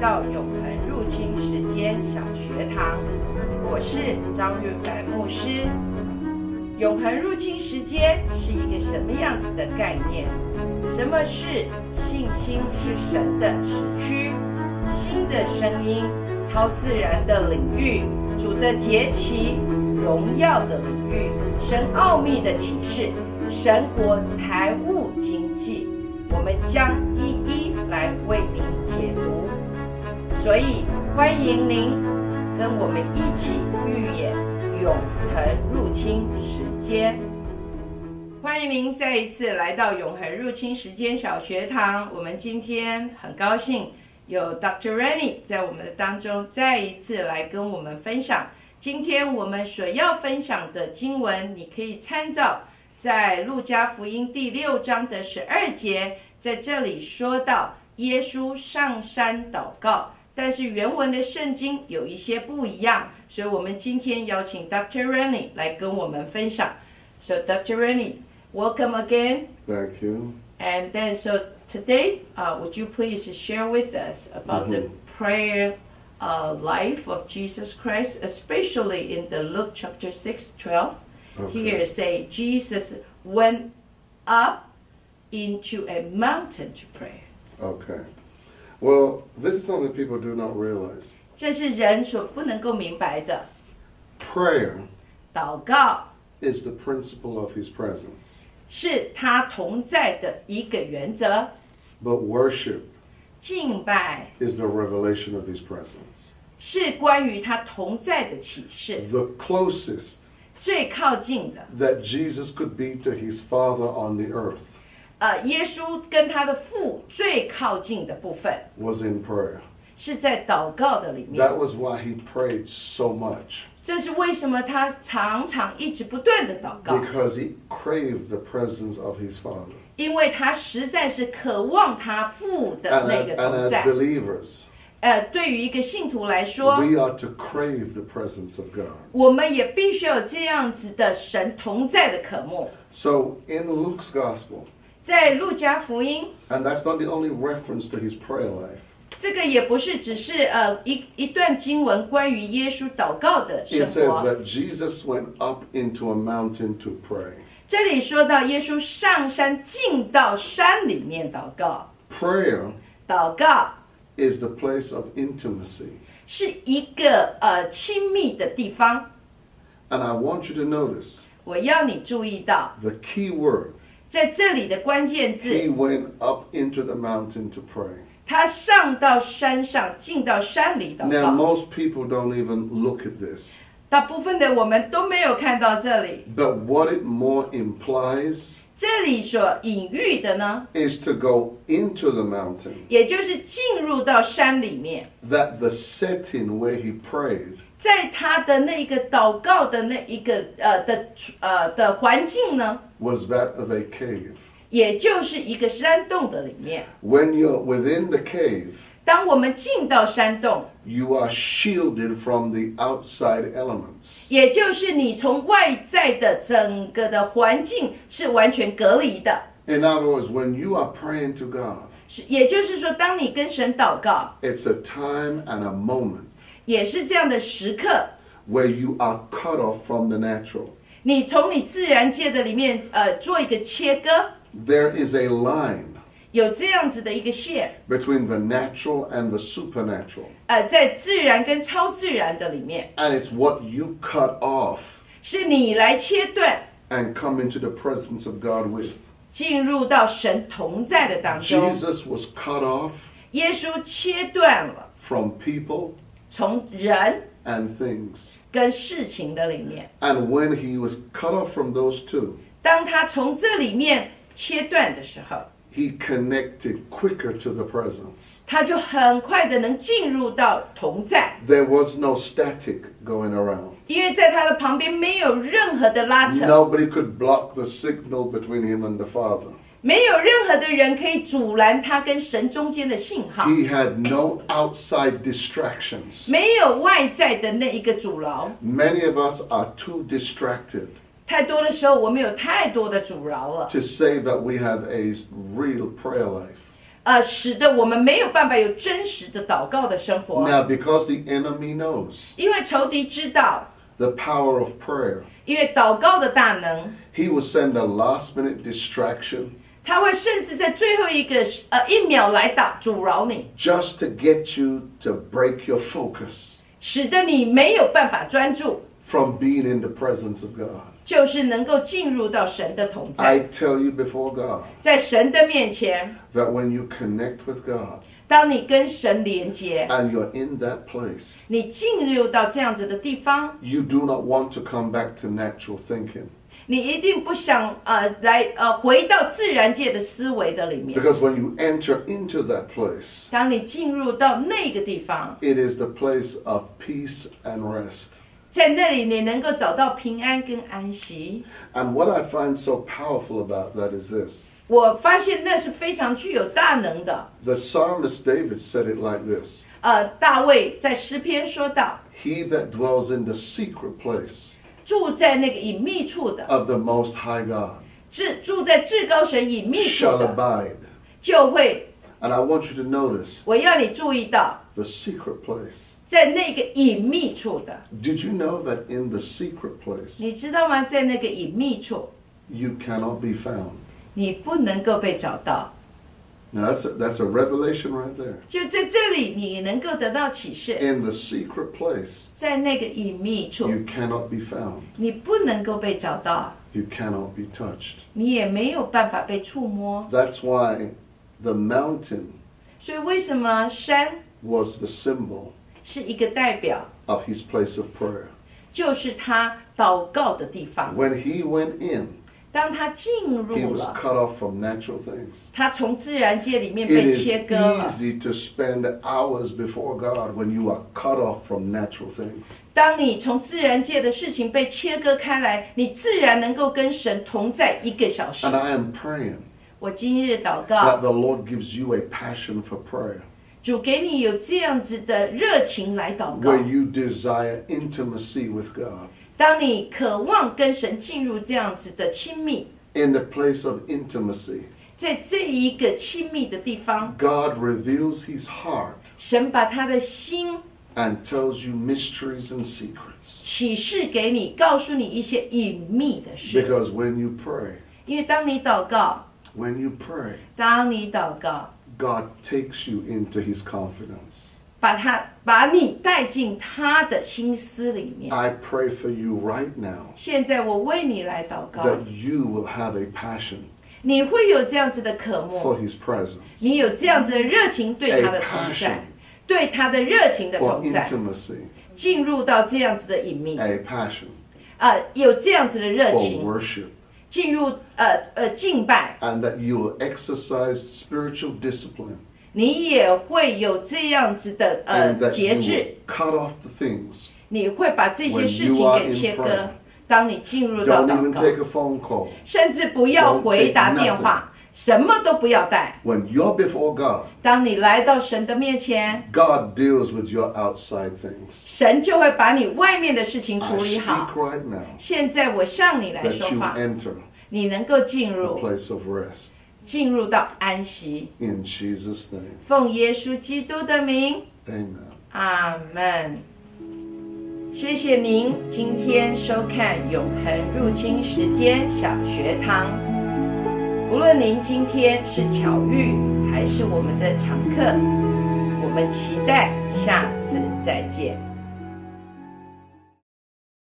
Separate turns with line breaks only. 到永恒入侵时间小学堂，我是张运凡牧师。永恒入侵时间是一个什么样子的概念？什么是信心是神的时区？新的声音，超自然的领域，主的节期，荣耀的领域，神奥秘的启示，神国财务经济，我们将一一来为您解读。所以，欢迎您跟我们一起预演永恒入侵时间。欢迎您再一次来到永恒入侵时间小学堂。我们今天很高兴有 Dr. Rennie 在我们的当中再一次来跟我们分享。今天我们所要分享的经文，你可以参照在路加福音第六章的十二节，在这里说到耶稣上山祷告，但是原文的圣经有一些不一样，所以我们今天邀请 Dr. Rennie 来跟我们分享。So Dr. Rennie, welcome again.
Thank you.
And then, so today, uh, would you please share with us about the prayer uh, life of Jesus Christ, especially in the Luke chapter 6, 12? Here say, Jesus went up into a mountain to pray.
Okay. Well, this is something people do not realize.
这是人所不能够明白的。
Prayer
祷告
is the principle of His presence,
是他同在的一个原则，
but worship
敬拜
is the revelation of His presence.
是关于他同在的启示，
The closest
最靠近的。
that Jesus could be to His Father on the earth
呃，耶稣跟他的父最靠近的部分
was in prayer.
是在祷告的里面。
That was why He prayed so much,
这是为什么他常常一直不断的祷告，
because He craved the presence of His Father.
因为他实在是渴望他父的
And
那
as,
个
and
同
as
在。
believers,
呃，对于一个信徒来说，
we are to crave the presence of God.
我们也必须有这样子的神同在的渴慕。
So in Luke's Gospel,
在路加福音，
And that's not the only reference to his prayer life.
这个也不是只是呃一一段经文关于耶稣祷告的生
It says
活。
that Jesus went up into a mountain to pray.
这里说到耶稣上山进到山里面祷告，
Prayer
祷告
is the place of intimacy.
是一个呃亲密的地方。
And I want you to notice
我要你注意到，
the key word.
在这里的关键
He
字，
went up into the mountain to pray.
他上到山上，进到山里祷
Now,
告。
most people don't even look at this.
大部分的我们都没有看到这里，
But what it more implies
这里所隐喻的呢，
is to go into the mountain.
也就是进入到山里面，
That the setting where he prayed
在他的那个祷告的那一个呃的呃的环境呢，
was that of a cave.
也就是一个山洞的里面。
When you're within the cave,
当我们进到山洞，
you are shielded from the outside elements.
也就是你从外在的整个的环境是完全隔离的。
In other words, when you are praying to God,
是也就是说，当你跟神祷告，
it's a time and a moment
也是这样的时刻，
where you are cut off from the natural.
你从你自然界的里面呃做一个切割，
There is a line
有这样子的一个线，
between the natural and the supernatural,
呃，在自然跟超自然的里面，
and it's what you cut off
是你来切断，
and come into the presence of God with.
进入到神同在的当中。
啊 Jesus was cut off
耶稣切断了
from people
从人
and things.
跟事情的里面。
And when he was cut off from those two,
当他从这里面切断的时候，
he connected quicker to the presence.
他就很快的能进入到同在，
There was no static going around.
因为在他的旁边没有任何的拉扯，
Nobody could block the signal between him and the Father.
没有任何的人可以阻拦他跟神中间的信号，
He had no outside distractions.
没有外在的那一个阻挠。
Many of us are too distracted
太多的时候，我们有太多的阻挠了，
to say that we have a real prayer life.
呃，使得我们没有办法有真实的祷告的生活，
Now, because the enemy knows
因为仇敌知道，
the power of prayer,
因为祷告的大能，
he will send a last minute distraction
他会甚至在最后一个呃一秒来打阻挠你，
just to get you to break your focus
使得你没有办法专注，
from being in the presence of God.
就是能够进入到神的同在
I，tell you before God
在神的面前，
that when you connect with God
当你跟神连接，
and you're in that place,
你进入到这样子的地方，
you do not want to come back to natural thinking.
你一定不想呃来呃回到自然界的思维的里面。
Because when you enter into that place,
当你进入到那个地方，
it is the place of peace and rest.
在那里你能够找到平安跟安息。
And what I find so powerful about that is this
我发现那是非常具有大能的。
the psalmist David said it like this
呃，大卫在诗篇说到，
He that dwells in the secret place
住在那个隐秘处的，
of the Most High God
至住在至高神隐秘处
shall
的，
abide.
就会。
And I want you to notice
我要你注意到，
the secret place.
在那个隐秘处的，
Did you know that in the secret place
你知道吗？在那个隐秘处，
you cannot be found?
你不能够被找到。
Now that's a, that's a revelation right there.
就在这里，你能够得到启示，
In the secret place
在那个隐秘处，
you cannot be found.
你不能够被找到，
You cannot be touched.
你也没有办法被触摸。
That's why the mountain
所以，为什么山
was the symbol
是一个代表，
of his place of prayer.
就是他祷告的地方。
When he went in,
当他进
he
入
was
了，
cut off from natural things.
他从自然界里面
It
被
is
切割了。
easy to spend hours before God when you are cut off from natural things.
当你从自然界的事情被切割开来，你自然能够跟神同在一个小时
And。I am praying
我今日祷
that
告，
the Lord gives you a passion for prayer
主给你有这样子的热情来祷告
where。you desire intimacy with God.
当你渴望跟神进入这样子的亲密，
In the place of intimacy,
在这一个亲密的地方，
God reveals his heart
神把他的心
and tells you mysteries and secrets.
启示给你，告诉你一些隐秘的事。
Because when you pray,
因为当你祷告，
when you pray,
当你祷告，
God takes you into his confidence.
把他把你带进他的心思里面。
I pray for you right now
现在我为你来祷告
that，you will have a passion
你会有这样子的渴
for
慕，
his presence,
你有这样子的热情对他的
A
同
passion
在，对他的热情的
for
同在，
intimacy,
进入到这样子的隐秘，
a passion
呃，有这样子的热
for
情，
worship,
进入呃呃敬拜，
and that you will exercise spiritual discipline
你也会有这样子的
and
呃
that
节
you will
制，
cut off the things.
你会把这些
When
事情
you are
给
in
切割
prayer,。
当你进入到
Don't even
祷
take
告，
a phone call.
甚至不要
Don't
回
take
答电
nothing.
话，什么都不要带。
When you're before God,
当你来到神的面前，
God deals with your outside things.
神就会把你外面的事情处
I
理
speak
好。
right now
现在我向你来
that
说
you
话，
enter
你能够进
the
入
place of rest
进入到安息，
in Jesus' name.
奉耶稣基督的名，
Amen.
阿门。谢谢您今天收看《永恒入侵时间小学堂》。无论您今天是巧遇还是我们的常客，我们期待下次再见。